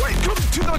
Welcome to the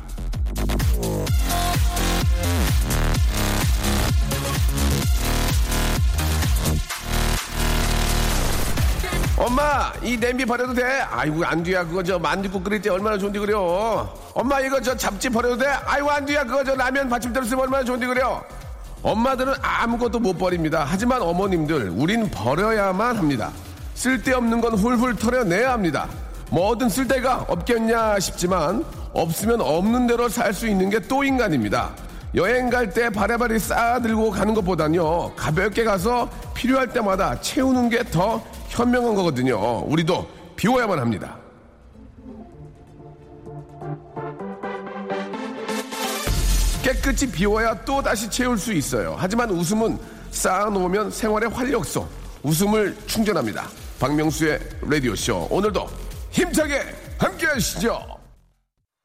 엄마 이 냄비 버려도 돼? 아이고 안돼야 그거 저 만둣국 끓일 때 얼마나 좋은데 그래요 엄마 이거 저 잡지 버려도 돼? 아이고 안돼야 그거 저 라면 받침대로 쓰면 얼마나 좋은데 그래요 엄마들은 아무것도 못 버립니다 하지만 어머님들 우린 버려야만 합니다 쓸데없는 건 훌훌 털어내야 합니다 뭐든 쓸 데가 없겠냐 싶지만 없으면 없는 대로 살 수 있는 게 또 인간입니다 여행 갈 때 바래바래 쌓아들고 가는 것보단요 가볍게 가서 필요할 때마다 채우는 게 더 현명한 거거든요 우리도 비워야만 합니다 깨끗이 비워야 또 다시 채울 수 있어요 하지만 웃음은 쌓아놓으면 생활의 활력소 웃음을 충전합니다 박명수의 라디오쇼 오늘도 힘차게 함께 하시죠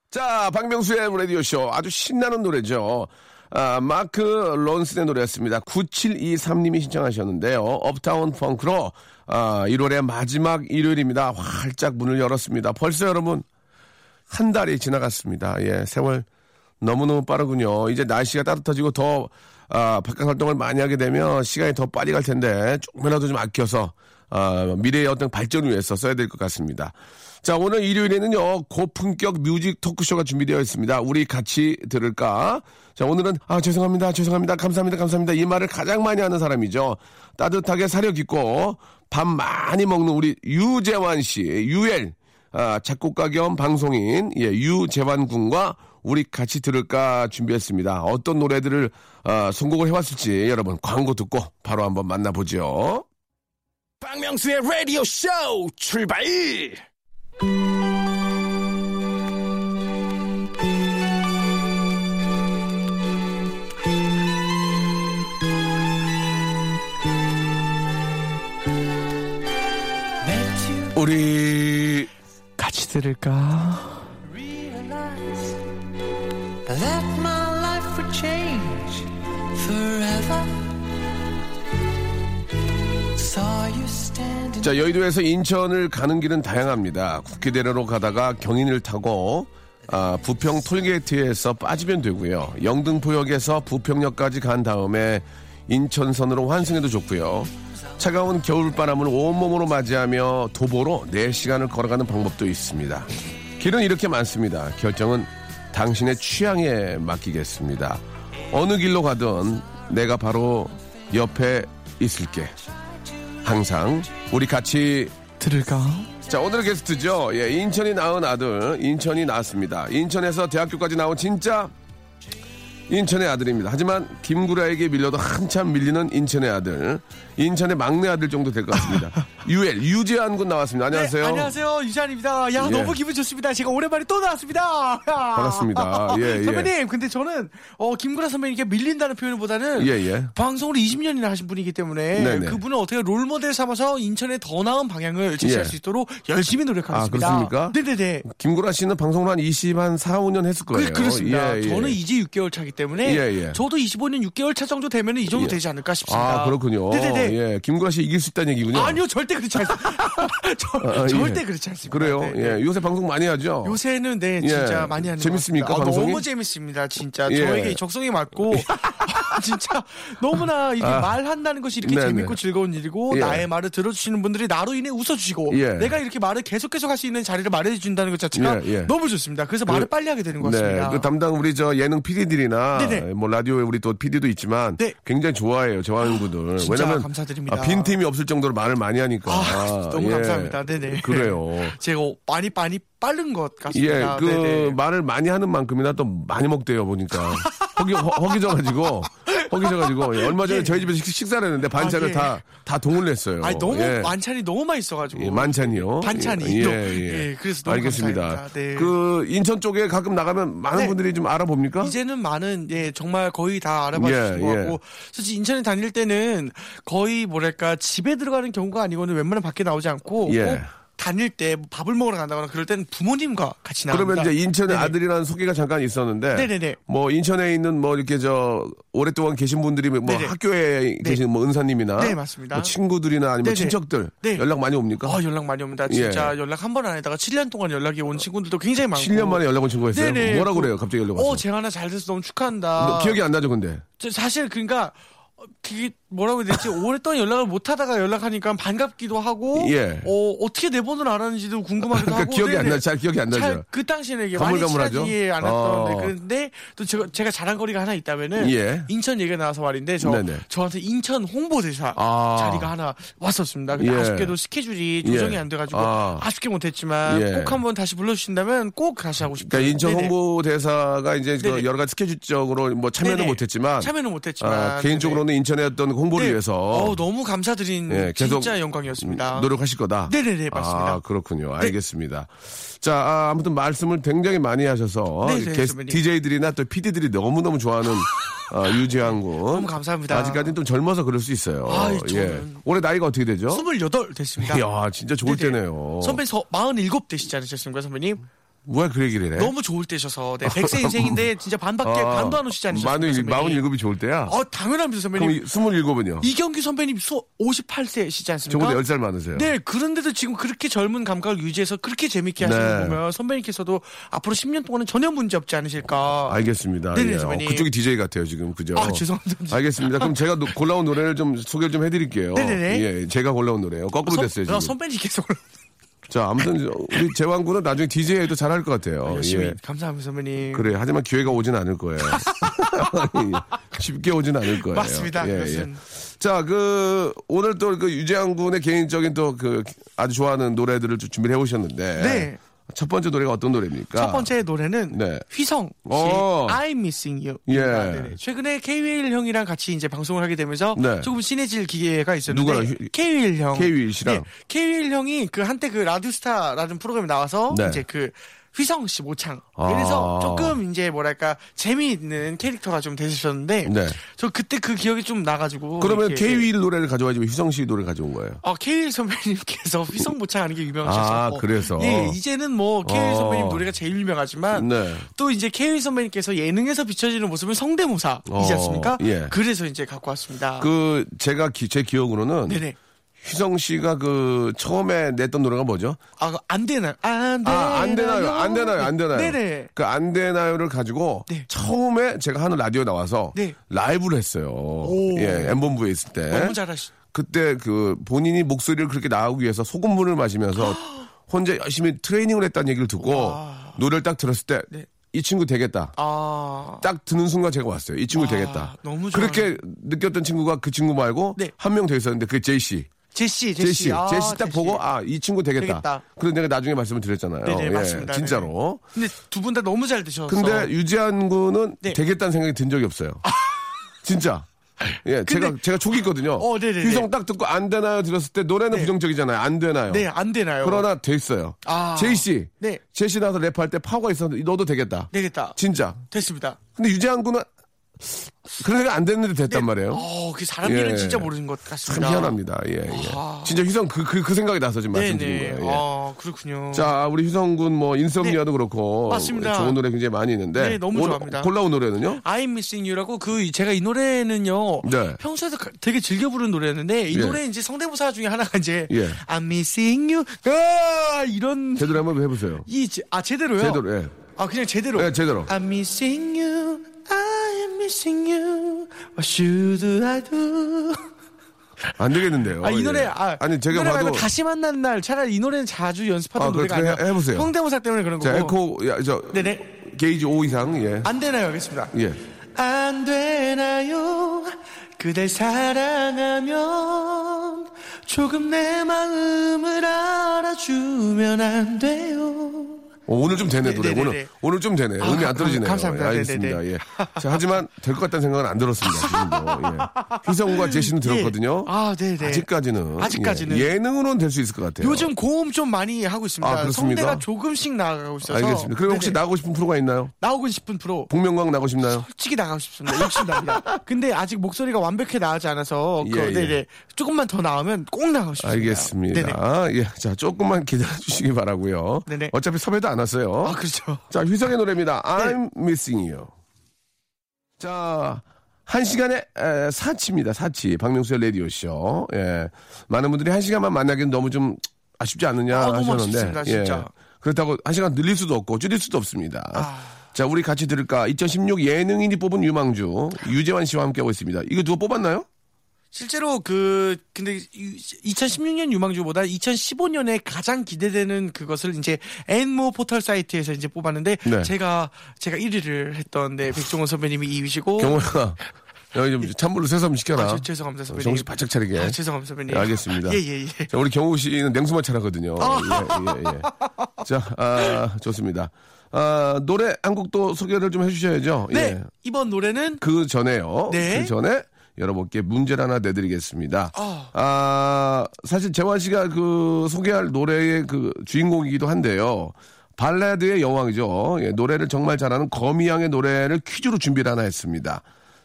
자, 박명수의 라디오쇼. 아주 신나는 노래죠. 아, 마크 론슨의 노래였습니다. 9723님이 신청하셨는데요. 업타운 펑크로 아, 1월의 마지막 일요일입니다. 활짝 문을 열었습니다. 벌써 여러분 한 달이 지나갔습니다. 예, 세월 너무너무 빠르군요. 이제 날씨가 따뜻해지고 더 아, 바깥 활동을 많이 하게 되면 시간이 더 빨리 갈 텐데 조금이라도 좀 아껴서 아, 미래의 어떤 발전을 위해서 써야 될 것 같습니다. 자, 오늘 일요일에는요, 고품격 뮤직 토크쇼가 준비되어 있습니다. 우리 같이 들을까? 자, 오늘은, 아, 죄송합니다, 죄송합니다, 감사합니다, 감사합니다. 이 말을 가장 많이 하는 사람이죠. 따뜻하게 사려 깊고, 밥 많이 먹는 우리 유재환 씨, 유엘. 아, 작곡가 겸 방송인 예, 유재환 군과 우리 같이 들을까 준비했습니다. 어떤 노래들을 아, 선곡을 해왔을지 여러분 광고 듣고 바로 한번 만나보죠. 박명수의 라디오 쇼 출발! 우리 같이 들을까? realize that my life would change forever. Saw you standing. 자 여의도에서 인천을 가는 길은 다양합니다. 국회대로로 가다가 경인을 타고 아, 부평 톨게이트에서 빠지면 되고요. 영등포역에서 부평역까지 간 다음에 인천선으로 환승해도 좋고요. 차가운 겨울바람을 온몸으로 맞이하며 도보로 4시간을 걸어가는 방법도 있습니다. 길은 이렇게 많습니다. 결정은 당신의 취향에 맡기겠습니다. 어느 길로 가든 내가 바로 옆에 있을게. 항상 우리 같이 들을까? 자 오늘 게스트죠 예 인천이 낳은 아들 인천이 낳았습니다 인천에서 대학교까지 나온 진짜 인천의 아들입니다 하지만 김구라에게 밀려도 한참 밀리는 인천의 아들 인천의 막내 아들 정도 될 것 같습니다 유엘 유재한 군 나왔습니다 안녕하세요 네, 안녕하세요. 유잔입니다. 야, 예. 너무 기분 좋습니다. 제가 오랜만에 또 나왔습니다. 반갑습니다. 예, 예. 선배님, 근데 저는 어, 김구라 선배님께 밀린다는 표현보다는 예, 예. 방송을 20년이나 하신 분이기 때문에 네, 네. 그분을 어떻게 롤모델 삼아서 인천에 더 나은 방향을 제시할 예. 수 있도록 열심히 노력하겠습니다. 아, 그렇습니까? 네네네. 김구라 씨는 방송을 한 20, 한 4, 5년 했을 거예요 그, 그렇습니다. 예, 예. 저는 이제 6개월 차기 때문에 예, 예. 저도 25년 6개월 차 정도 되면 이 정도 예. 되지 않을까 싶습니다. 아 그렇군요 네네네. 예 김구라 씨 이길 수 있다는 얘기군요 아니요, 절대 그렇지 않습니다. 저, 아, 예. 절대 그렇지 않습니다. 그래요 네, 네. 예 요새 방송 많이 하죠 요새는 네 예. 진짜 많이 하는 것 재밌습니까, 같습니다. 아, 방송이? 너무 재밌습니다 진짜 예. 아. 저에게 적성이 맞고 진짜 너무나 이게 말한다는 것이 이렇게 네네. 재밌고 즐거운 일이고 예. 나의 말을 들어주시는 분들이 나로 인해 웃어주시고 예. 내가 이렇게 말을 계속 계속 할 수 있는 자리를 마련해준다는 것 자체가 예, 예. 너무 좋습니다. 그래서 말을 빨리 하게 되는 것 네, 같습니다. 그 담당 우리 저 예능 PD들이나 네네. 뭐 라디오에 우리 또 PD도 있지만 네. 굉장히 좋아해요 좋아하는 분들. 진짜 왜냐면 감사드립니다. 아, 빈틈이 없을 정도로 말을 많이 하니까. 예. 아, 너무 감사합니다. 네네. 그래요. 제가 어, 많이 많이 빠른 것 예, 같습니다. 그 네네. 말을 많이 하는 만큼이나 또 많이 먹대요 보니까 허기 허, 허기져가지고 허기져가지고 예, 얼마 전에 저희 집에서 식- 식사를 했는데 반찬을 예. 다 다 동을 냈어요. 아니 너무 예. 만찬이 너무 맛있어가지고 예, 만찬이요. 반찬이 예, 또. 예. 예, 그래서 너무 알겠습니다. 감사합니다. 네. 그 인천 쪽에 가끔 나가면 많은 네. 분들이 좀 알아봅니까? 이제는 많은 예 정말 거의 다 알아봐 어? 예, 주신 것 예. 같고 솔직히 인천에 다닐 때는 거의 뭐랄까 집에 들어가는 경우가 아니고는 웬만하면 밖에 나오지 않고 예. 꼭 다닐 때뭐 밥을 먹으러 간다거나 그럴 때는 부모님과 같이 나갑니다. 그러면 이제 인천의 네네. 아들이라는 소개가 잠깐 있었는데 네네네. 뭐 인천에 있는 뭐 이렇게 저 오랫동안 계신 분들이 뭐 네네. 학교에 계신 뭐 은사님이나 네, 맞습니다. 뭐 친구들이나 아니면 네네. 친척들 네. 연락 많이 옵니까? 어, 연락 많이 옵니다. 진짜 연락 한 번 안 해다가 7년 동안 연락이 온 친구들도 굉장히 많고 예. 7년 만에 연락 온친구가 있어요. 네네. 뭐라 그래요? 갑자기 연락 왔어. 어, 제가 하나 잘 돼서 너무 축하한다. 기억이 안 나죠, 근데. 저 사실 그러니까 어, 그게 뭐라고 해야 되지 오랫동안 연락을 못 하다가 연락하니까 반갑기도 하고 예. 어, 어떻게 내 번호를 알았는지도 궁금하기도 그러니까 하고 기억이 안 네네. 나, 잘 기억이 안 나죠. 잘, 그 당시에는 이게 많이 가물가물하죠? 친하지 않았던 어. 네, 그런데 또 제가, 제가 자랑거리가 하나 있다면은 예. 인천 얘기가 나와서 말인데 저, 네네. 저한테 인천 홍보대사 아. 자리가 하나 왔었습니다 근데 예. 아쉽게도 스케줄이 조정이 예. 안 돼가지고 아. 아. 쉽게 못했지만 예. 꼭 한번 다시 불러주신다면 꼭 다시 하고 싶다 그러니까 인천 네네. 홍보대사가 이제 그 네네. 여러 가지 스케줄적으로 뭐 참여는 네네. 못했지만 참여는 못했지만 아, 네네. 개인적으로는 인천의 어떤 홍보를 네. 위해서 어우, 너무 감사드린 예, 계속 진짜 영광이었습니다. 음, 노력하실 거다. 네네네, 맞습니다. 네. 아, 그렇군요. 알겠습니다. 자, 아, 무튼 말씀을 굉장히 많이 하셔서 네, 네, 게스- 선배님. DJ들이나 또 PD들이 너무너무 좋아하는 아, 유지한 군. 너무 감사합니다. 아직까지는 좀 젊어서 그럴 수 있어요. 예. 아이, 저는- 올해 나이가 어떻게 되죠? 28 됐습니다. 이야, 진짜 좋을 네네. 때네요. 선배님 서 47 되시지 않으셨습니까, 선배님? 뭐야 그 얘기를 해? 아, 너무 좋을 때셔서 네, 100세 인생인데 진짜 반밖에 반도 안 오시지 않으셨습니까, 마흔, 선배님? 마흔 일곱이 좋을 때야? 아, 당연합니다, 선배님. 그럼 이- 스물일곱은요? 이경규 선배님 수 58세시지 않습니까? 저보다 열 살 많으세요. 네, 그런데도 지금 그렇게 젊은 감각을 유지해서 그렇게 재밌게 하시는 네. 거 보면 선배님께서도 앞으로 10년 동안은 전혀 문제 없지 않으실까. 알겠습니다. 네네, 예. 어, 선배님. 그쪽이 DJ 같아요, 지금. 그죠? 아, 죄송합니다. 알겠습니다. 그럼 제가 노- 골라온 노래를 좀 소개를 좀 해드릴게요. 네네네. 아, 예, 제가 골라온 노래예요. 거꾸로 됐어요, 지금. 선, 선배님께서 자, 아무튼 저- 우리 재왕군은 나중에 DJ 해도 잘할 것 같아요. 열심히 예. 감사합니다, 선배님. 그래. 하지만 기회가 오진 않을 거예요. 예. 쉽게 오진 않을 거예요. 맞습니다. 예, 예. 그것은. 자, 그 오늘 또 그 유재환 군의 개인적인 또 그 아주 좋아하는 노래들을 좀 준비를 해 오셨는데 네. 첫 번째 노래가 어떤 노래입니까? 첫 번째 노래는 네. 휘성 어. 씨의 I'm Missing You. 아, 예. 최근에 KWL 형이랑 같이 이제 방송을 하게 되면서 네. 조금 친해질 기회가 있었는데 누구랑? 휘- KWL 형. KWL 씨랑? KWL 형이 그 한때 그 라디오스타라는 프로그램에 나와서 네. 이제 그 휘성 씨 모창. 아. 그래서 조금 이제 뭐랄까 재미있는 캐릭터가 좀 되셨는데 네. 저 그때 그 기억이 좀 나가지고 그러면 이렇게- K.W.일 노래를 가져와야지 왜 휘성 씨 노래를 가져온 거예요. 아, 케일 선배님께서 휘성 모창하는 게 유명하셨고. 아, 그래서? 예, 이제는 뭐 케일 어. 선배님 노래가 제일 유명하지만 네. 또 이제 케일 선배님께서 예능에서 비춰지는 모습은 성대모사이지 어, 않습니까? 예. 그래서 이제 갖고 왔습니다. 그 제가 기- 제 기억으로는 네네. 휘성 씨가 그 처음에 냈던 노래가 뭐죠? 아, 그안 되나요? 안 되나요? 아, 안 되나요? 안 되나요? 안 되나요? 네네. 그 안 되나요를 가지고 네. 처음에 제가 하는 라디오에 나와서 네. 라이브를 했어요. 예, 엠본부에 있을 때. 너무 잘하시. 그때 그 본인이 목소리를 그렇게 나오기 위해서 소금물을 마시면서 아. 혼자 열심히 트레이닝을 했다는 얘기를 듣고 노래를 딱 들었을 때 이 네. 친구 되겠다. 아. 딱 드는 순간 제가 왔어요. 이 친구 와, 되겠다. 아, 너무 좋아요. 그렇게 느꼈던 친구가 그 친구 말고 네. 한 명 더 있었는데 그게 제이씨. 제시, 제시. 제시, 아, 제시 딱 보고 아 이 친구 되겠다. 되겠다. 그래서 내가 나중에 말씀을 드렸잖아요. 예, 네네, 맞습니다. 진짜로. 근데 두 분 다 너무 잘 드셔서. 근데 유지한 군은 네. 아. 되겠다는 생각이 든 적이 없어요. 진짜. 예, 제가 제가 초기 있거든요. 어, 네네네. 휘성 딱 듣고 안 되나요 들었을 때 노래는 부정적이잖아요. 안 되나요. 네, 안 되나요? 그러나 됐어요. 아. 제이 씨, 네. 제이 씨 나서 랩할 때 파워가 있었는데 너도 되겠다. 되겠다. 진짜. 됐습니다. 근데 유재한 군은 그런 생각 안 됐는데 됐단 말이에요. 어, 그 사람 일은 예. 진짜 모르는 것 참 같습니다. 희한합니다. 예, 예. 진짜 휘성 그, 그, 그 생각이 나서 지금 말씀드린 네네. 거예요. 예. 아, 그렇군요. 자, 우리 휘성군 뭐 인썸니아도 그렇고 네. 맞습니다. 좋은 노래 굉장히 많이 있는데 네, 너무 오늘 좋아합니다. 골라온 노래는요? I'm Missing You라고 그 제가 이 노래는요 네. 평소에도 가- 되게 즐겨 부르는 노래였는데 이 예. 노래 이제 성대모사 중에 하나가 이제 예. I'm Missing You 아, 이런 제대로 한번 해보세요. 이 아 제대로요? 제대로 예. 아 그냥 제대로. 예, 제대로. I'm Missing You I am missing you. 아, What should I do? 안 되겠는데요. 아, 이 예. 노래, 아, 아니, 제가 이 노래 봐도. 말고 다시 만난 날 차라리 이 노래는 자주 연습하던 아, 그래, 노래가 그래, 아니라 해보세요. 성대모사 때문에 그런 거고. 자, 에코, 야, 저. 네네. 아, 게이지 5 이상, 예. 안 되나요? 알겠습니다. 예. 안 되나요? 그댈 사랑하면 조금 내 마음을 알아주면 안 돼요. 오, 오늘 좀 되네, 노래. 네네네. 오늘, 오늘 좀 되네. 아, 음이 감- 안 떨어지네요. 감사합니다. 예, 알겠습니다. 네네네. 예. 자, 하지만 될 것 같다는 생각은 안 들었습니다. 지금도. 예. 희성과 제시는 들었거든요. 예. 아, 네네. 직까지는 아직까지는. 예. 능으로는 될 수 있을 것 같아요. 요즘 고음 좀 많이 하고 있습니다. 아, 그렇습니까? 성대가 조금씩 나가고 있어서. 알겠습니다. 그럼 혹시 네네. 나가고 싶은 프로가 있나요? 나오고 싶은 프로 복면광 나고 싶나요? 솔직히 나가고 싶습니다. 욕심납니다. 근데 아직 목소리가 완벽히 나지 않아서 그, 예, 예. 네네. 조금만 더 나오면 꼭 나가고 싶습니다. 네네. 알겠습니다. 예. 자, 조금만 기다려 주시기 바라고요. 네네. 어차피 섭외도 안 왔어요. 아, 그렇죠. 네. 자, 휘성의 노래입니다. I'm missing you. 자, 한 시간에 에, 사치입니다. 사치. 박명수의 라디오쇼. 예. 많은 분들이 한 시간만 만나기는 너무 좀 아쉽지 않느냐 아, 너무 하셨는데. 예. 아쉽습니다, 진짜. 그렇다고 한 시간 늘릴 수도 없고 줄일 수도 없습니다. 아. 자, 우리 같이 들을까? 2016 예능인이 뽑은 유망주 유재환 씨와 함께하고 있습니다. 이거 누가 뽑았나요? 실제로 그 근데 2016년 유망주보다 2015년에 가장 기대되는 그것을 이제 엔모 포털 사이트에서 이제 뽑았는데 네. 제가 제가 1위를 했던 데 백종원 선배님이 2위시고 경호야. 여기 좀 찬물로 세수좀 시켜라. 예. 아, 저- 죄송합니다, 선배님. 정신 바짝 차리게. 아, 죄송합니다, 선배님. 예, 알겠습니다. 예, 예, 예. 자, 우리 경호 씨는 냉수만 차라거든요. 예, 예, 예. 자, 아, 좋습니다. 아, 노래 한 곡도 소개를 좀 해주셔야죠. 네 예. 이번 노래는 그 전에요. 네. 그 전에 여러분께 문제를 하나 내드리겠습니다. 아, 사실 재환 씨가 그 소개할 노래의 그 주인공이기도 한데요. 발라드의 여왕이죠. 예, 노래를 정말 잘하는 거미양의 노래를 퀴즈로 준비를 하나 했습니다.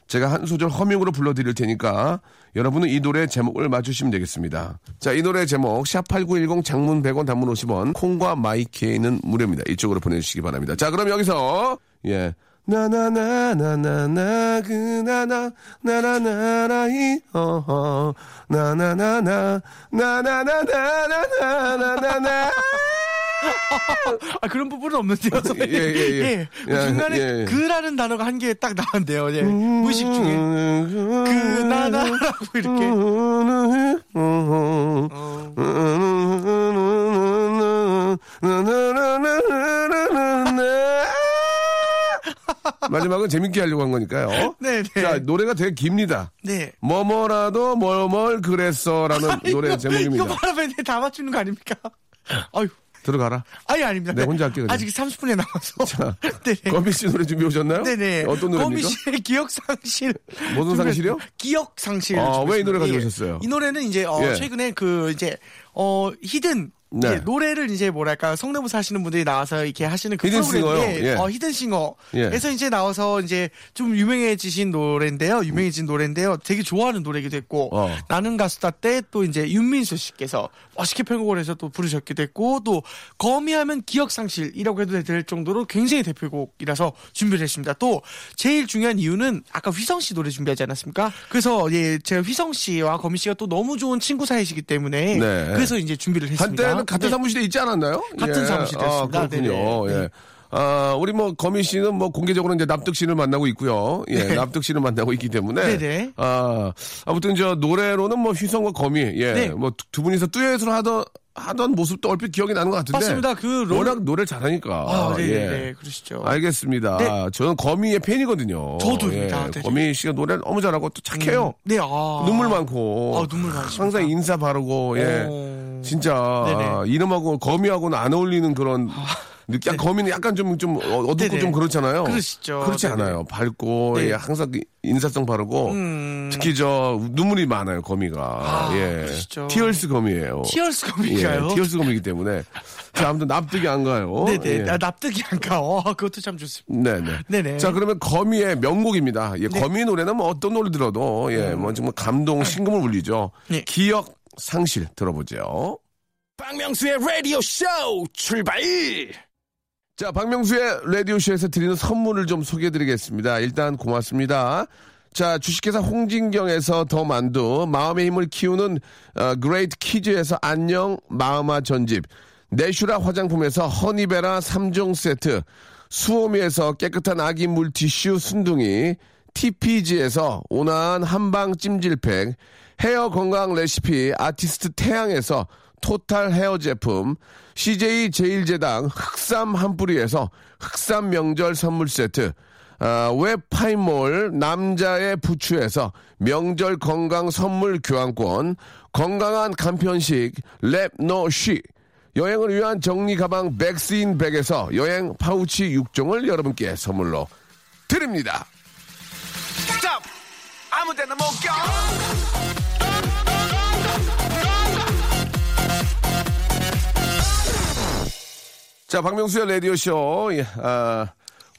제가 한 소절 허밍으로 불러드릴 테니까 여러분은 이 노래 제목을 맞추시면 되겠습니다. 자, 이 노래 제목 샵8910 장문 100원 단문 50원 콩과 마이케이는 무료입니다. 이쪽으로 보내주시기 바랍니다. 자, 그럼 여기서 예 나나나나나나 그나나 나나나라이 어허 나나나나 나나나나나나나나 아 그런 부분은 없는데요. 선배님. 예, 예, 예. 그 예, 중간에 예, 예. 그라는 단어가 한 개 딱 나왔는데요. 예. 무의식 중에 음. 그나나라고 이렇게 어. 마지막은 재밌게 하려고 한 거니까요. 네, 네. 자, 노래가 되게 깁니다. 네. 뭐뭐라도 뭘뭘 그랬어라는 노래 제목입니다. 이거 뭐- 말하면 다 맞추는 거 아닙니까? 아유. 들어가라. 아니 아닙니다. 네, 혼자 할게요, 그냥. 아직 30분에 남아서. 네네. 거미 씨 노래 준비 오셨나요? 네네. 어떤 노래입니까? 거미 씨의 기억 상실. 무슨 상실이요? 기억 상실. 아, 왜이 노래 가져오셨어요? 이 노래는 이제 어, 예. 최근에 그 이제 어 히든 네. 이제 노래를 이제 뭐랄까 성대모사 하시는 분들이 나와서 이렇게 하시는 그 히든싱어요? 프로그램인데 예. 어, 히든싱어에서 예. 이제 나와서 이제 좀 유명해지신 노래인데요 유명해진 노래인데요 되게 좋아하는 노래기도 했고 어. 나는 가수다 때 또 이제 윤민수 씨께서 멋있게 편곡을 해서 또 부르셨기도 했고 또 거미하면 기억상실이라고 해도 될 정도로 굉장히 대표곡이라서 준비를 했습니다. 또 제일 중요한 이유는 아까 휘성 씨 노래 준비하지 않았습니까? 그래서 예 제가 휘성 씨와 거미 씨가 또 너무 좋은 친구 사이시기 때문에 네. 그래서 이제 준비를 했습니다. 한때는 같은 네. 사무실에 있지 않았나요? 같은 사무실이었습니다. 아, 그렇군요. 네네. 예. 아, 우리 뭐 거미 씨는 뭐 공개적으로 이제 납득 씨를 만나고 있고요. 예, 네. 납득 씨를 만나고 있기 때문에 네네. 아, 아무튼 저 노래로는 뭐 휘성과 거미 예, 네. 뭐 두 분이서 듀엣으로 하던 하던 모습도 얼핏 기억이 나는 것 같은데. 맞습니다. 그 롤- 워낙 노래를 잘하니까. 아, 네네 예. 네, 그러시죠. 알겠습니다. 아, 네. 저는 거미의 팬이거든요. 예. 저도입니다. 네. 거미 씨가 노래를 너무 잘하고 또 착해요. 네, 아. 눈물 많고 아, 눈물 많으십니까? 항상 인사 바르고 예 오. 진짜 아, 네네. 아. 네. 이름하고 거미하고는 안 어울리는 그런 느낌 거미는 약간 좀 좀 어둡고 네네. 좀 그렇잖아요 그러시죠. 그렇지 네네. 않아요 밝고 네. 음. 예, 항상 인사성 바르고 특히 저 눈물이 많아요 거미가 예 그러시죠. 티얼스 거미예요 티얼스 예, 거미가요? 티얼스 거미이기 때문에 자 아무튼 납득이 안 가요 네네 아, 예. 나 납득이 안 가. 어, 그것도 참 좋습니다. 네네. 네네. 네. 자, 그러면 거미의 명곡입니다. 예, 거미 노래는 뭐 어떤 노래 들어도, 예, 뭐 정말 감동, 신금을 울리죠. 음. 아. 네. 기억, 상실 들어보죠. 박명수의 라디오 쇼 출발! 자, 박명수의 라디오쇼에서 드리는 선물을 좀 소개해드리겠습니다. 일단 고맙습니다. 자, 주식회사 홍진경에서 더 만두, 마음의 힘을 키우는 어, 그레이트 키즈에서 안녕 마음아 전집, 내슈라 화장품에서 허니베라 3종 세트, 수오미에서 깨끗한 아기 물티슈 순둥이, TPG에서 온화한 한방 찜질팩, 헤어 건강 레시피 아티스트 태양에서 토탈 헤어 제품, CJ 제일제당 흑삼 한 뿌리에서 흑삼 명절 선물 세트, 아, 웹파이몰 남자의 부추에서 명절 건강 선물 교환권, 건강한 간편식 랩노쉬, 여행을 위한 정리 가방 백스인 백에서 여행 파우치 6종을 여러분께 선물로 드립니다. 스탑! 아무 데나 못 가! 자, 박명수의 라디오쇼. 예, 아,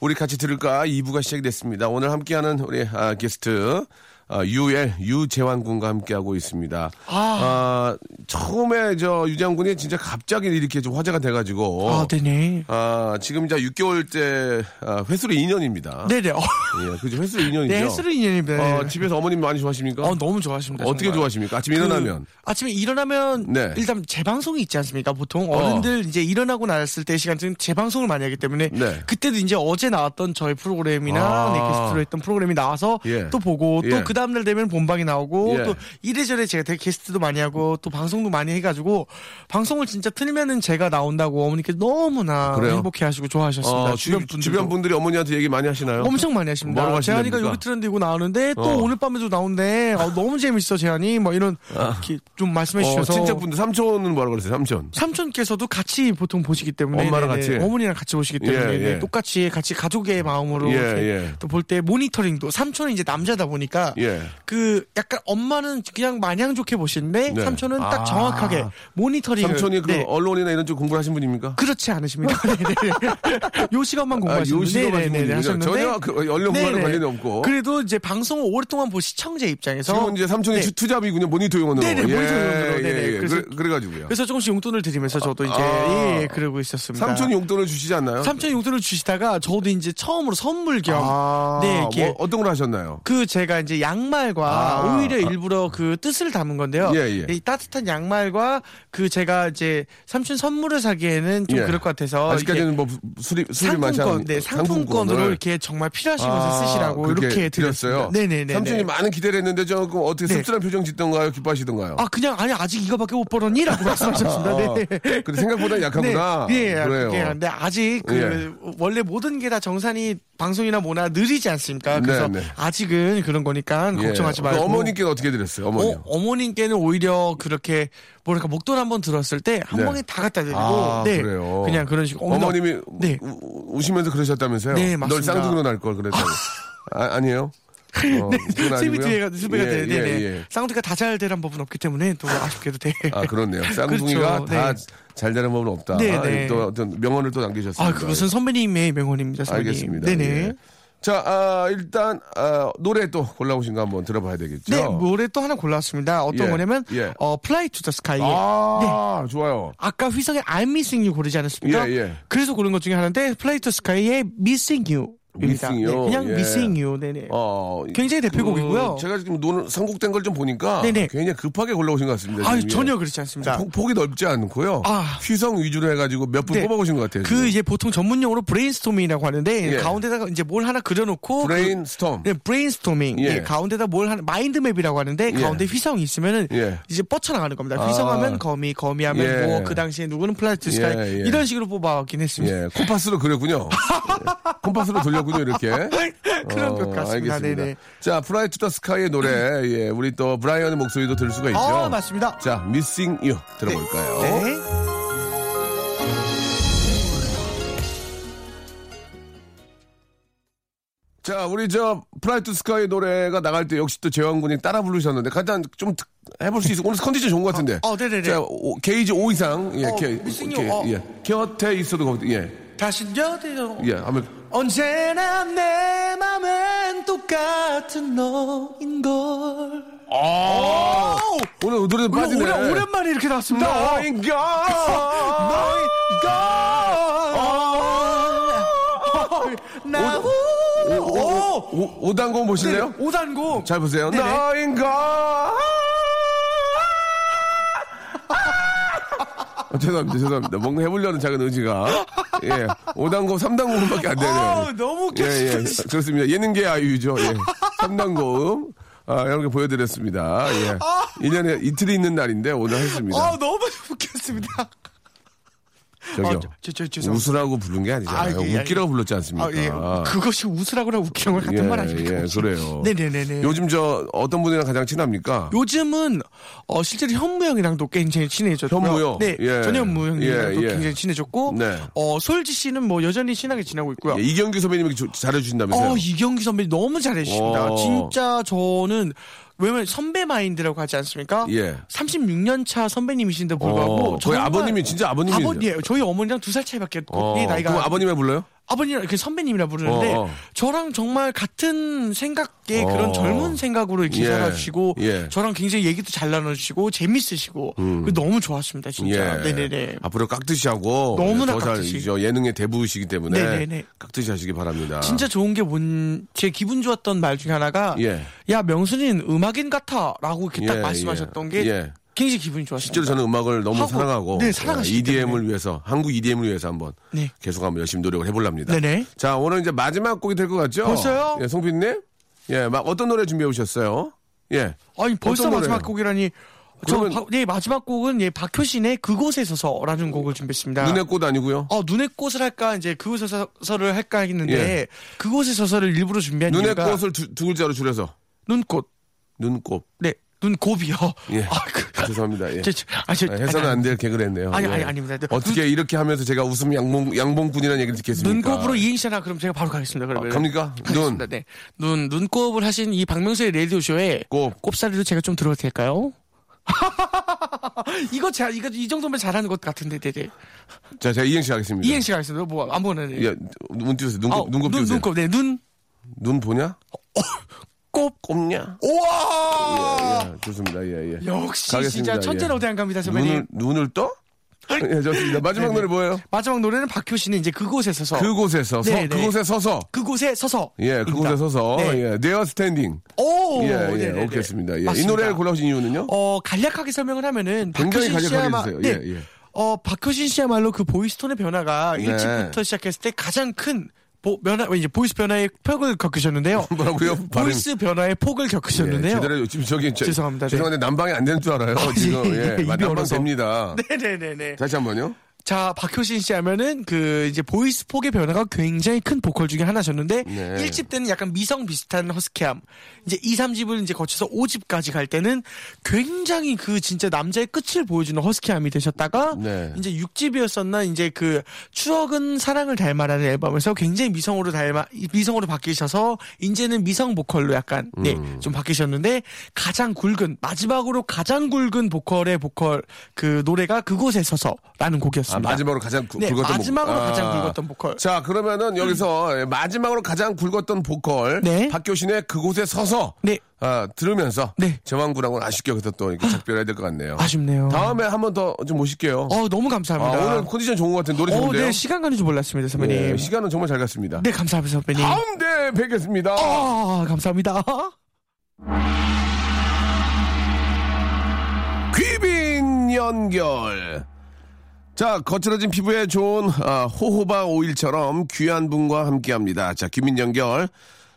우리 같이 들을까? 2부가 시작이 됐습니다. 오늘 함께하는 우리 아, 게스트, 아, 유엘, 유재환 군과 함께하고 있습니다. 아, 처음에 저 유재환 군이 진짜 갑자기 이렇게 좀 화제가 돼가지고. 아, 네네. 아, 지금 이제 6개월째 아, 회수로 2년입니다. 네네. 어, 예, 그죠? 회수로 2년이죠. 네, 헬스를 인연입니다. 어, 집에서 어머님 많이 좋아하십니까? 어, 너무 좋아하십니다. 어떻게 정말. 좋아하십니까? 아침에 일어나면. 그 아침에 일어나면 네. 일단 재방송이 있지 않습니까? 보통 어른들 이제 일어나고 났을 때 시간쯤 재방송을 많이 하기 때문에 네. 그때도 이제 어제 나왔던 저희 프로그램이나 아. 네, 게스트로 했던 프로그램이 나와서 예. 또 보고 또 예. 그 다음날 되면 본방이 나오고 예. 또 이래저래 제가 되게 게스트도 많이 하고 또 방송도 많이 해가지고 방송을 진짜 틀면은 제가 나온다고 어머니께서 너무나 아, 그래요? 행복해하시고 좋아하셨습니다. 어, 주변 주변, 분들 주변 분들이 어머니한테 얘기 많이 하시나요? 엄청 많이 하십니다. 뭐라고 재한이가 하시는데요? 여기 트렌드 이고 나오는데 또 어. 오늘 밤에도 나온대. 아, 너무 재밌어 재한이. 뭐 이런 이렇게 좀 말씀해 아. 어, 주셔서 친척분들, 삼촌은 뭐라고 그러세요? 삼촌. 삼촌께서도 같이 보통 보시기 때문에 엄마랑 네네. 같이? 어머니랑 같이 보시기 때문에 예, 예. 네, 똑같이 같이 가족의 마음으로 예, 예. 또 볼 때 모니터링도 삼촌은 이제 남자다 보니까 예. 그 약간 엄마는 그냥 마냥 좋게 보시는데 네. 삼촌은 아. 딱 정확하게 모니터링 삼촌이 그 네. 언론이나 이런 쪽 공부를 하신 분입니까? 그렇지 않으십니다. 네, 네네. 요 시간만 공부하시는 아, 요 시간만 하시는 분이군요. 하셨는데 전혀 그 언론과는 네네. 관련이 없고. 그래도 이제 방송을 오랫동안 본 시청자 입장에서 지금 이제 삼촌이 네. 투- 투잡이군요. 모니터 용언으로. 예, 네네, 모니터 용언으로. 네네. 그래, 그래서- 가지고요 그래서 조금씩 용돈을 드리면서 저도 이제 아. 예, 예, 그러고 있었습니다. 삼촌이 용돈을 주시지 않나요? 삼촌 용돈을 주시다가 저도 이제 처음으로 선물 겸 아, 네, 이렇게 뭐 어떤 걸 하셨나요? 그 제가 이제 양말과 아. 오히려 일부러 그 뜻을 담은 건데요. 예, 예. 이 따뜻한 양말과 그 제가 이제 삼촌 선물을 사기에는 좀 예. 그럴 것 같아서 어, 이렇게 아직까지는 뭐 부- 수리, 수리 많지 상품권, 않은 네, 상품권으로 이렇게 정말 필요하신 것을 쓰시라고 이렇게 드렸어요. 네네네. 아, 삼촌이 많은 기대를 했는데 조금 어떻게 네. 씁쓸한 표정 짓던가요? 기뻐하시던가요? 아, 아 그냥 아니 아직 이거밖에 못 벌었니라고 말씀하셨습니다. 네. 근데 생각보다 약하구나. 네, 예, 그래요. 그게 근데 아직 그 예. 원래 모든 게 다 정산이 방송이나 뭐나 느리지 않습니까? 네, 그래서 네. 아직은 그런 거니까 예. 걱정하지 그 말고. 어머님께는 어떻게 드렸어요? 어머니. 어, 어머님께는 오히려 그렇게 뭐랄까 목돈 한 번 들었을 때 한 네. 번에 다 갖다 드리고 아, 네. 그래요. 냥 그런 식으로 엉덩- 어머님이 네. 우- 우- 우시면서 그러셨다면서요? 네, 널 맞습니다. 네, 쌍둥이로 날 걸 그랬다고. 아, 니에요 어, 그건 수입이 아니고요? 되가 수배가 예, 되는데 예, 네. 예. 쌍둥이가 다 잘 되란 법은 없기 때문에 또 아쉽게도 돼. 아, 그렇네요. 쌍둥이가 그렇죠. 다 네. 잘 되는 법은 없다. 아, 네, 네. 또 어떤 명언을 또 남기셨습니다. 아, 그것은 선배님의 명언입니다. 선배님. 알겠습니다. 네네. 예. 자, 아, 일단 아, 노래 또 골라오신 거 한번 들어봐야 되겠죠? 네, 노래 또 하나 골랐습니다. 어떤 예, 거냐면 예. 어 플라이 투 더 스카이. 아, 네. 좋아요. 아까 휘성의 I'm Missing You 고르지 않았습니까? 예, 예. 그래서 고른 것 중에 하나인데 플라이 투 스카이의 Missing You. 입니다. Missing You, 네, 그냥 예. Missing You. 네네. 어, 굉장히 대표곡이고요. 그, 제가 지금 노는 선곡된 걸 좀 보니까 네네. 굉장히 급하게 골라오신 것 같습니다. 아 지금. 전혀 그렇지 않습니다. 폭, 폭이 넓지 않고요. 아. 휘성 위주로 해가지고 몇 분 네. 뽑아오신 것 같아요. 그 지금. 이제 보통 전문용어로 브레인스토밍이라고 하는데 예. 가운데다가 이제 뭘 하나 그려놓고 브레인 스톰. 네, 브레인스토밍. 예. 예, 가운데다 뭘 하는 마인드맵이라고 하는데 가운데 휘성이 있으면은 예. 이제 뻗쳐나가는 겁니다. 아. 휘성하면 거미, 거미하면 예. 뭐 그 당시에 누구는 플라스티스카이 예, 예. 이런 식으로 뽑아왔긴 했습니다. 예, 콤파스로 그렸군요. 예, 콤파스로 돌렸군요, 이렇게. 그런 것 같습니다. 어, 알겠습니다. 네네. 자, 프라이 투더 스카이의 노래, 예, 우리 또 브라이언의 목소리도 들을 수가 있죠. 아 맞습니다. 자, Missing You 들어볼까요? 네. 자, 우리 저 프라이 투 스카이 노래가 나갈 때 역시 또 재원 군이 따라 부르셨는데 간단 좀 듣- 해볼 수 있어. 오늘 컨디션 좋은 것 같은데. 어, 네네네. 자, 오- 게이지 5 이상. 예, 어, 게, Missing 게- You, 어. 예. 곁에 있어도 거기- 예, 다시 여대요. 예, 한번 언제나 내 맘엔 똑같은 너인 걸. 아! 오늘 노래 빠지네. 음, 아, 오래, 오랜만에 이렇게 나왔습니다. 너인 걸, 뭐? 너인 걸. 나 오- 오, 오, 오, 오단공 보실래요? 오단고. 잘 보세요. 아! 네네. 너인 걸. 아, 죄송합니다, 죄송합니다. 뭔가 해보려는 작은 의지가. 예. 5단고, 3단고 음밖에 안 되네요. 아, 너무 웃겨, 예, 예. 진짜. 그렇습니다. 예능계 아이유죠. 예. 3단고 음. 아, 이렇게 보여드렸습니다. 예. 1년에 이틀이 있는 날인데 오늘 했습니다. 아 너무 웃겼습니다. 아, 저기요. 저, 저, 저, 죄송합니다. 웃으라고 부른 게 아니잖아요. 아, 예, 예, 웃기라고 불렀지 않습니까? 아, 예. 그것이 웃으라고나 웃기는 건 같은 예, 말 아닙니까? 예, 그래요. 네네네네. 요즘 저 어떤 분이랑 가장 친합니까? 요즘은 어, 실제로 현무 형이랑도 굉장히 친해졌고 현무요? 네, 예. 전현무 형이랑도 예, 예. 굉장히 친해졌고 네. 어, 솔지 씨는 뭐 여전히 친하게 지나고 있고요. 예, 이경규 선배님이 조- 잘해주신다면서요? 어, 이경규 선배 너무 잘해주십니다. 어. 진짜 저는 왜냐면 선배 마인드라고 하지 않습니까? 예. 36년 차 선배님이신데 불구하고 어, 저희 정말 아버님이 진짜 아버님이 아버지예요. 저희 어머니랑 두 살 차이밖에 어, 없고 나이가 그럼 아버님의 불러요? 아버님이랑 이렇게 선배님이라 부르는데 어, 어. 저랑 정말 같은 생각에 어. 그런 젊은 생각으로 이렇게 예, 살아주시고 예. 음. 저랑 굉장히 얘기도 잘 나눠주시고 재밌으시고 그거 너무 좋았습니다 진짜 예. 네네네 앞으로 깍듯이 하고 너무나 더잘 깍듯이. 저 예능의 대부이시기 때문에 네네네. 깍듯이 하시기 바랍니다. 진짜 좋은 게 뭔 제 기분 좋았던 말 중에 하나가 예. 야 명수는 음악인 같아라고 이렇게 딱 예, 말씀하셨던 예. 게 예. 굉장히 기분이 좋았습니다 실제로 저는 음악을 너무 하고, 사랑하고 예, 네, 사랑하시기 EDM을 때문에. 위해서 한국 EDM을 위해서 한번 네. 계속 한번 열심히 노력을 해보랍니다. 네네. 자 오늘 이제 마지막 곡이 될 것 같죠? 벌써요? 예, 송빈님, 예, 막 어떤 노래 준비해 오셨어요? 예, 아니 벌써 어떤 마지막 노래예요? 곡이라니 저 그러면- 바- 네, 마지막 곡은 예, 박효신의 그곳에서서라는 곡을 준비했습니다 눈의 꽃 아니고요. 어, 눈의 꽃을 할까 이제 그곳에 서서를 할까 했는데 예. 그곳에 서서를 일부러 준비한 눈의 이유가 꽃을 두, 두 글자로 줄여서 눈꽃 눈꽃. 네 눈곱이요. 예. 아, 그, 죄송합니다. 예. 저, 저, 아, 저, 아, 해서는 안 될 개그를 했네요. 아니, 예. 아니, 아닙니다. 어떻게 이렇게 하면서 제가 웃음 양봉, 양봉꾼이라는 얘기를 듣겠습니까? 눈곱으로 이행시하나 그럼 제가 바로 가겠습니다. 그러면 아, 갑니까? 가겠습니다. 눈. 네. 눈 눈곱을 하신 이 박명수의 라디오 쇼에 곱. 꼽사리도 제가 좀 들어도 될까요? 이거 잘 이거 이 정도면 잘하는 것 같은데, 네네. 자, 제가 이행시 하겠습니다. 이행시 가겠습니다. 뭐 아무거나. 네. 예, 눈 띄우세요. 아, 눈곱, 눈, 눈곱 띄우세요. 눈곱, 네, 눈 눈 보냐? 꼽. 꼽냐? 우와. 예, 좋습니다. 예, 예. 역시 가겠습니다. 진짜 천재로 대한 갑니다 선배님 네, 눈을, 눈을 떠? 예, 좋습니다. 마지막 노래 뭐예요? 마지막 노래는 박효신의 이제 그곳에 서서 그... 그곳에 서서. 네, 네. 그곳에 서서. 곳에 서서 예, 그곳에 서서. 예, 네어 스탠딩. 오 예, 예, 네네네. 오겠습니다. 예. 이 맞습니다. 노래를 골라오신 이유는요? 어 간략하게 설명을 하면은 굉장히 박효신 간략하게 씨야마 해주세요. 네. 예, 예. 어 박효신 씨야말로 그 보이스톤의 변화가 네. 일찍부터 시작했을 때 가장 큰 보, 변화 이제 보이스 변화의 폭을 겪으셨는데요 그 뭐라고요? 발음. 보이스 변화의 폭을 겪으셨는데요 예, 제대로 지금 저기 저, 죄송합니다. 네. 죄송한데 난방이 안 되는 줄 알아요. 아, 지금 예, 예, 예, 입이 난방 얼어서. 됩니다. 네네네네 다시 한번요. 자, 박효신 씨 하면은 그 이제 보이스 폭의 변화가 굉장히 큰 보컬 중에 하나셨는데 네. 일 1집 때는 약간 미성 비슷한 허스키함. 이제 2, 3집을 이제 거쳐서 5집까지 갈 때는 굉장히 그 진짜 남자의 끝을 보여주는 허스키함이 되셨다가 네. 이제 6집이었었나 이제 그 추억은 사랑을 닮아라는 앨범에서 굉장히 미성으로 닮아 미성으로 바뀌셔서 이제는 미성 보컬로 약간 음. 네, 좀 바뀌셨는데 가장 굵은 마지막으로 가장 굵은 보컬의 보컬 그 노래가 그곳에 서서라는 아, 곡이었습니다. 마지막으로 가장 구, 네, 굵었던 보- 마지막으로 아. 가장 굵었던 보컬. 자, 그러면은 여기서 예, 마지막으로 가장 굵었던 보컬 네. 박교신의 그곳에 서서 네. 아, 들으면서 네. 제왕구랑은 아쉽게 여기서 또 이렇게 작별해야 될 것 같네요. 아쉽네요. 다음에 한 번 더 좀 모실게요. 어 너무 아, 감사합니다. 오늘 컨디션 좋은 것 같은 데 노래 어, 좋은데요. 네 시간 가는 줄 몰랐습니다 선배님. 예, 시간은 정말 잘 갔습니다. 네 감사합니다 선배님. 다음 대에 뵙겠습니다. 아 감사합니다. 귀빈 연결. 자, 거칠어진 피부에 좋은 아, 호호바 오일처럼 귀한 분과 함께합니다. 자, 귀빈 연결.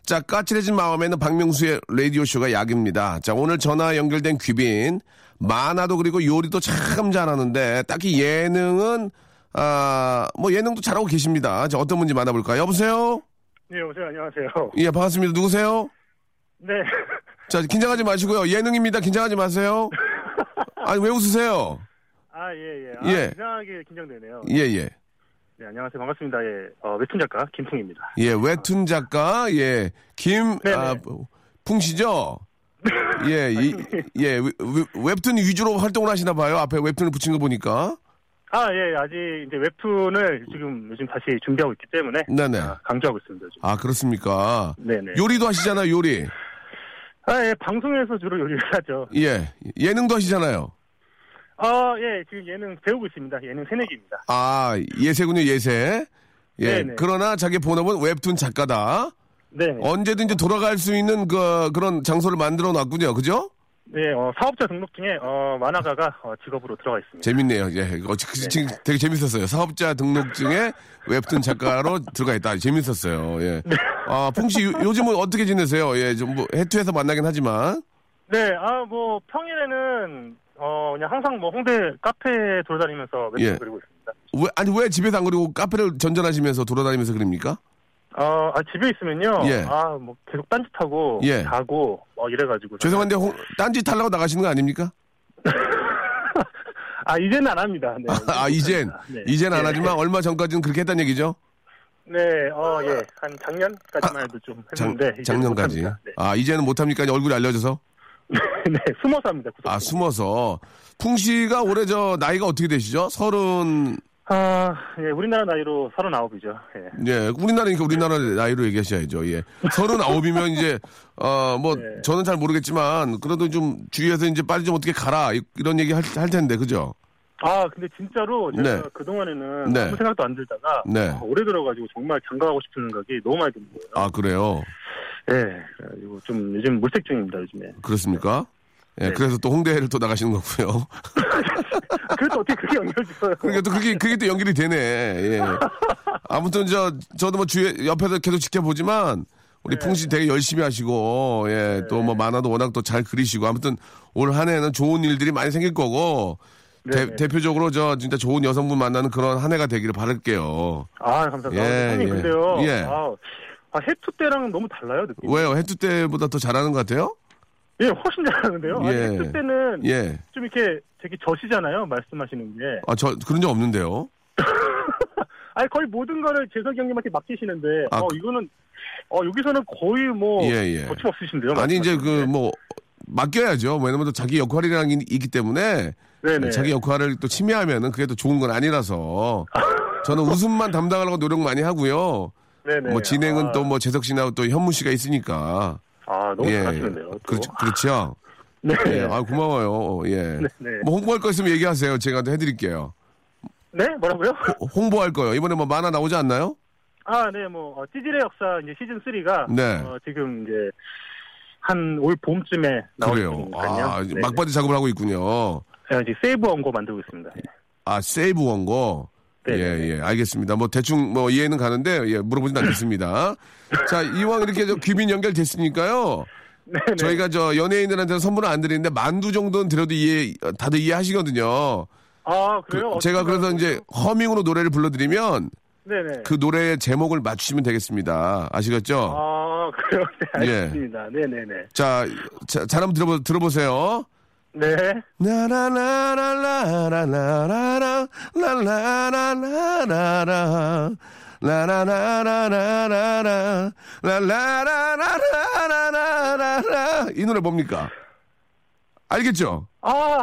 자, 까칠해진 마음에는 박명수의 라디오쇼가 약입니다. 자, 오늘 전화 연결된 귀빈. 만화도 그리고 요리도 참 잘하는데, 딱히 예능은, 아, 뭐 예능도 잘하고 계십니다. 자, 어떤 분인지 만나볼까요? 여보세요? 네, 여보세요. 안녕하세요. 예, 반갑습니다. 누구세요? 네. 자, 긴장하지 마시고요. 예능입니다. 긴장하지 마세요. 아니, 왜 웃으세요? 아, 예, 예. 아, 예. 이상하게 긴장되네요. 예, 예. 네, 안녕하세요. 반갑습니다. 예. 어, 웹툰 작가 김풍입니다. 예, 웹툰 작가, 예, 김, 네네. 아, 풍씨죠? 예, 이, 예, 웹- 웹- 웹툰 위주로 활동을 하시나 봐요. 앞에 웹툰을 붙인 거 보니까. 아, 예. 아직 이제 웹툰을 지금 요즘 다시 준비하고 있기 때문에 네네. 아, 강조하고 있습니다. 음. 요즘. 아, 그렇습니까. 네네. 요리도 하시잖아요, 요리. 아, 예. 방송에서 주로 요리를 하죠. 예, 예능도 하시잖아요. 아, 예. 지금 예능 배우고 있습니다. 예능 새내기입니다. 아, 예세군요, 예세. 예, 네네. 그러나 자기 본업은 웹툰 작가다. 네. 어? 언제든지 돌아갈 수 있는 그, 그런 장소를 만들어 놨군요. 그죠? 네, 어, 사업자 등록 중에 어, 만화가가 어, 직업으로 들어가 있습니다. 재밌네요. 예. 어, 지- 지- 지금 되게 재밌었어요. 사업자 등록증에 웹툰 작가로 들어가 있다. 재밌었어요. 예. 네. 아, 풍씨 요- 요즘은 어떻게 지내세요? 예, 좀 뭐 해투에서 만나긴 하지만 네, 아, 뭐, 평일에는, 어, 그냥 항상 뭐, 홍대 카페 돌다니면서 웹툰 예. 그리고 있습니다. 왜 아니 왜 집에서 안 그리고 카페를 전전하시면서 돌아다니면서 그립니까? 어, 아, 집에 있으면요. 예. 아, 뭐, 계속 딴짓하고, 예. 자고, 어, 이래가지고. 죄송한데 홍, 딴짓 하려고 나가시는 거 아닙니까? 아, 이제는 안 합니다. 네. 아, 이젠 네. 이젠 안 네. 하지만 얼마 전까지는 그렇게 했단 얘기죠. 네, 어, 예. 한 작년까지만 해도 좀 아, 작- 했는데. 네, 이제는 작년까지. 못합니다. 네. 아 이제는 못합니까? 얼굴이 알려져서. 네, 숨어서 합니다. 구석. 아 숨어서. 풍 씨가 올해 저 나이가 어떻게 되시죠? 서른 아, 예, 우리나라 나이로 39이죠. 예. 예, 우리나라니까 우리나라 나이로 얘기하셔야죠. 예. 서른 아홉이면 이제, 어, 뭐, 저는 잘 모르겠지만, 그래도 좀 주위에서 이제 빨리 좀 어떻게 가라. 이- 이런 얘기 할, 할 텐데, 그죠? 아, 근데 진짜로 제가 네. 그동안에는 네. 아무 생각도 안 들다가 네. 아, 오래 들어가지고 정말 장가가고 싶은 생각이 너무 많이 드는 거예요. 아, 그래요. 네, 그래가지고 좀 요즘 물색 중입니다, 요즘에. 그렇습니까? 예, 그래서 또 홍대를 또 나가시는 거고요. 아, 그래도 어떻게 그게 연결돼요? 그러니까 또 그게, 그게 또 연결이 되네. 예. 아무튼 저, 저도 뭐 주위에, 옆에서 계속 지켜보지만, 우리 풍씨 되게 열심히 하시고, 예, 또 뭐 만화도 워낙 또 잘 그리시고, 아무튼 올 한 해는 좋은 일들이 많이 생길 거고, 대, 대표적으로 저 진짜 좋은 여성분 만나는 그런 한 해가 되기를 바랄게요. 아, 감사합니다. 예, 아, 선생님, 예. 근데요. 예. 아, 아, 해투 때랑 너무 달라요, 느낌. 왜요? 해투 때보다 더 잘하는 것 같아요? 예, 훨씬 잘하는데요. 아니, 예. 해투 때는 예. 좀 이렇게 되게 저시잖아요, 말씀하시는 게. 아, 저, 그런 적 없는데요. 아니, 거의 모든 거를 재석이 형님한테 맡기시는데, 아, 어, 그- 이거는, 어, 여기서는 거의 뭐, 예, 예. 거침없으신데요. 아니, 이제 말씀하시는 그 게. 뭐, 맡겨야죠. 왜냐면 또 자기 역할이라는 게 있기 때문에, 네네. 자기 역할을 또 침해하면은 그게 또 좋은 건 아니라서, 저는 웃음만 담당하려고 노력 많이 하고요. 네네. 뭐, 진행은 아, 또 뭐, 재석 씨나 또 현무 씨가 있으니까. 아, 너무 잘하시는데요. 또. 그렇죠. 그렇죠. 네. 예, 아, 고마워요. 예. 네. 뭐, 홍보할 거 있으면 얘기하세요. 제가 또 해드릴게요. 네? 뭐라고요? 홍보할 거요. 이번에 뭐 만화 나오지 않나요? 아, 네, 뭐, 어, 찌질의 역사 이제 시즌3가, 어, 네. 지금 이제, 한 올 봄쯤에 나올 그래요. 거니까요. 아, 이제 네. 막바지 작업을 하고 있군요. 네, 이제 세이브 원고 만들고 있습니다. 아, 세이브 원고. 네, 예, 네. 예, 알겠습니다. 뭐 대충 뭐 이해는 가는데 예, 물어보진 않겠습니다. 자, 이왕 이렇게 저 귀빈 연결됐으니까요. 네, 저희가 저 연예인들한테는 선물을 안 드리는데 만두 정도는 드려도 이해 다들 이해하시거든요. 아, 그- 그래요? 제가 어떻게 그래서 이제 허밍으로 노래를 불러드리면 네네. 그 노래의 제목을 맞추시면 되겠습니다. 아시겠죠? 아, 그래요? 네, 예. 알겠습니다. 네네네. 자, 자, 잘 한번 들어보, 들어보세요. 네. 나라라라라라라라 라라라라라라 라라라라라라라 라라라라라라라 이 노래 뭡니까? 알겠죠? 아!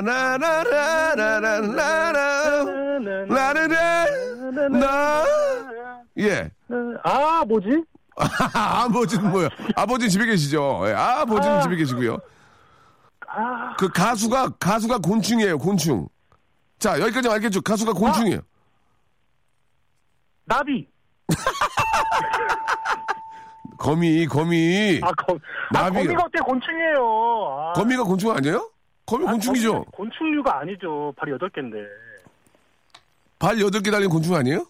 네, 나나나나나나라라라라라 라르라 나 예. 아, 뭐지? 아버지는 뭐야? 아버지 집에 계시죠? 예, 아버지는 집에 계시고요. 아. 그 가수가 가수가 곤충이에요. 곤충. 자 여기까지 알겠죠? 가수가 곤충이에요. 아. 나비. 거미 거미 아, 거, 아 나비요. 거미가 어때 곤충이에요. 아, 거미가 곤충 아니에요? 거미 아, 곤충이죠. 거미는 곤충류가 아니죠. 발이 여덟 개인데. 발 여덟 개 달린 곤충 아니에요?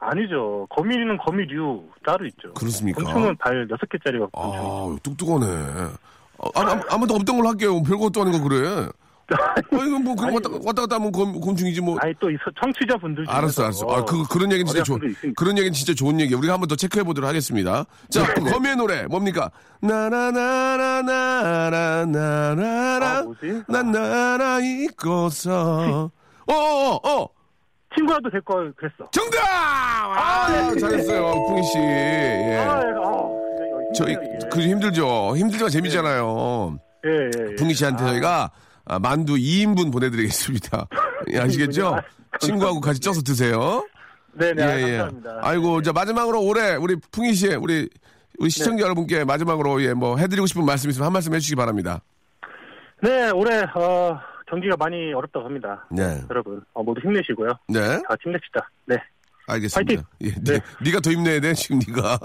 아니죠. 거미는 거미류 따로 있죠. 그렇습니까? 곤충은 발 여섯 개짜리가 곤충. 아 뚝뚝하네. 아, 아무 아무도 없던 걸로 할게요. 별것도 아닌 거 그래. 아 이거 뭐 그런 거 왔다, 왔다 갔다 하면 곰- 곤충이지 뭐. 아니 또 이 서- 청취자분들 중에서 알았어, 알았어. 아, 그, 그런 얘기는 진짜 좋은, 어려운 분도 있으니까. 그런 얘기는 진짜 좋은 얘기. 우리가 한번 더 체크해 보도록 하겠습니다. 자, 네, 그 거미의 노래, 뭡니까? 나라나라나라나라라. 아, 뭐지? 난 나라 잊고서. 어, 어, 어! 친구라도 될 걸 그랬어. 정답! 아, 잘했어요, 풍희 씨. 예. 네. 아, 예. 아, 저희, 그 힘들죠. 네. 힘들지만 재미잖아요. 예, 예, 예. 풍희 씨한테 저희가 아, 만두 2인분 보내드리겠습니다. 예, 아시겠죠? 친구하고 네. 같이 쪄서 드세요. 네네. 아, 예, 예. 감사합니다. 아이고, 자, 마지막으로 올해 우리 풍희 씨, 우리, 우리 네. 시청자 여러분께 마지막으로 예, 뭐 해드리고 싶은 말씀 있으면 한 말씀 해주시기 바랍니다. 네, 올해 어, 경기가 많이 어렵다고 합니다. 네. 여러분 어, 모두 힘내시고요. 네. 다 힘냅시다. 네. 알겠습니다. 파이팅! 예, 네. 네. 가더 힘내야 돼, 지금 네가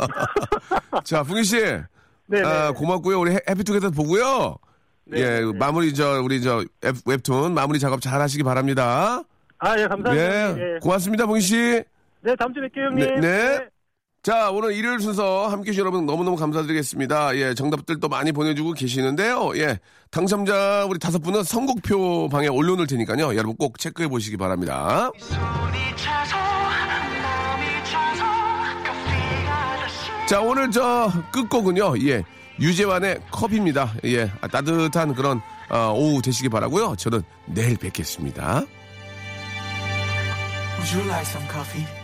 자, 풍희 씨. 네, 네. 아, 고맙고요. 우리 해- 해피투게더 보고요. 예, 마무리 저 우리 저 웹- 웹툰 마무리 작업 잘 하시기 바랍니다. 아, 예, 감사합니다. 예, 예. 고맙습니다, 봉희 씨. 네, 다음 주에 뵐게요, 형님. 네, 네. 자, 오늘 일요일 순서 함께 해주신 여러분 너무너무 감사드리겠습니다. 예, 정답들도 많이 보내주고 계시는데요. 예, 당첨자 우리 다섯 분은 선곡표 방에 올려놓을 테니까요. 여러분 꼭 체크해 보시기 바랍니다. 손이 차서 마음이 차서 커피가 다시 자, 오늘 저 끝곡은요. 예, 유재환의 컵입니다. 예, 아, 따뜻한 그런 아, 오후 되시기 바라고요. 저는 내일 뵙겠습니다. Would you like some coffee?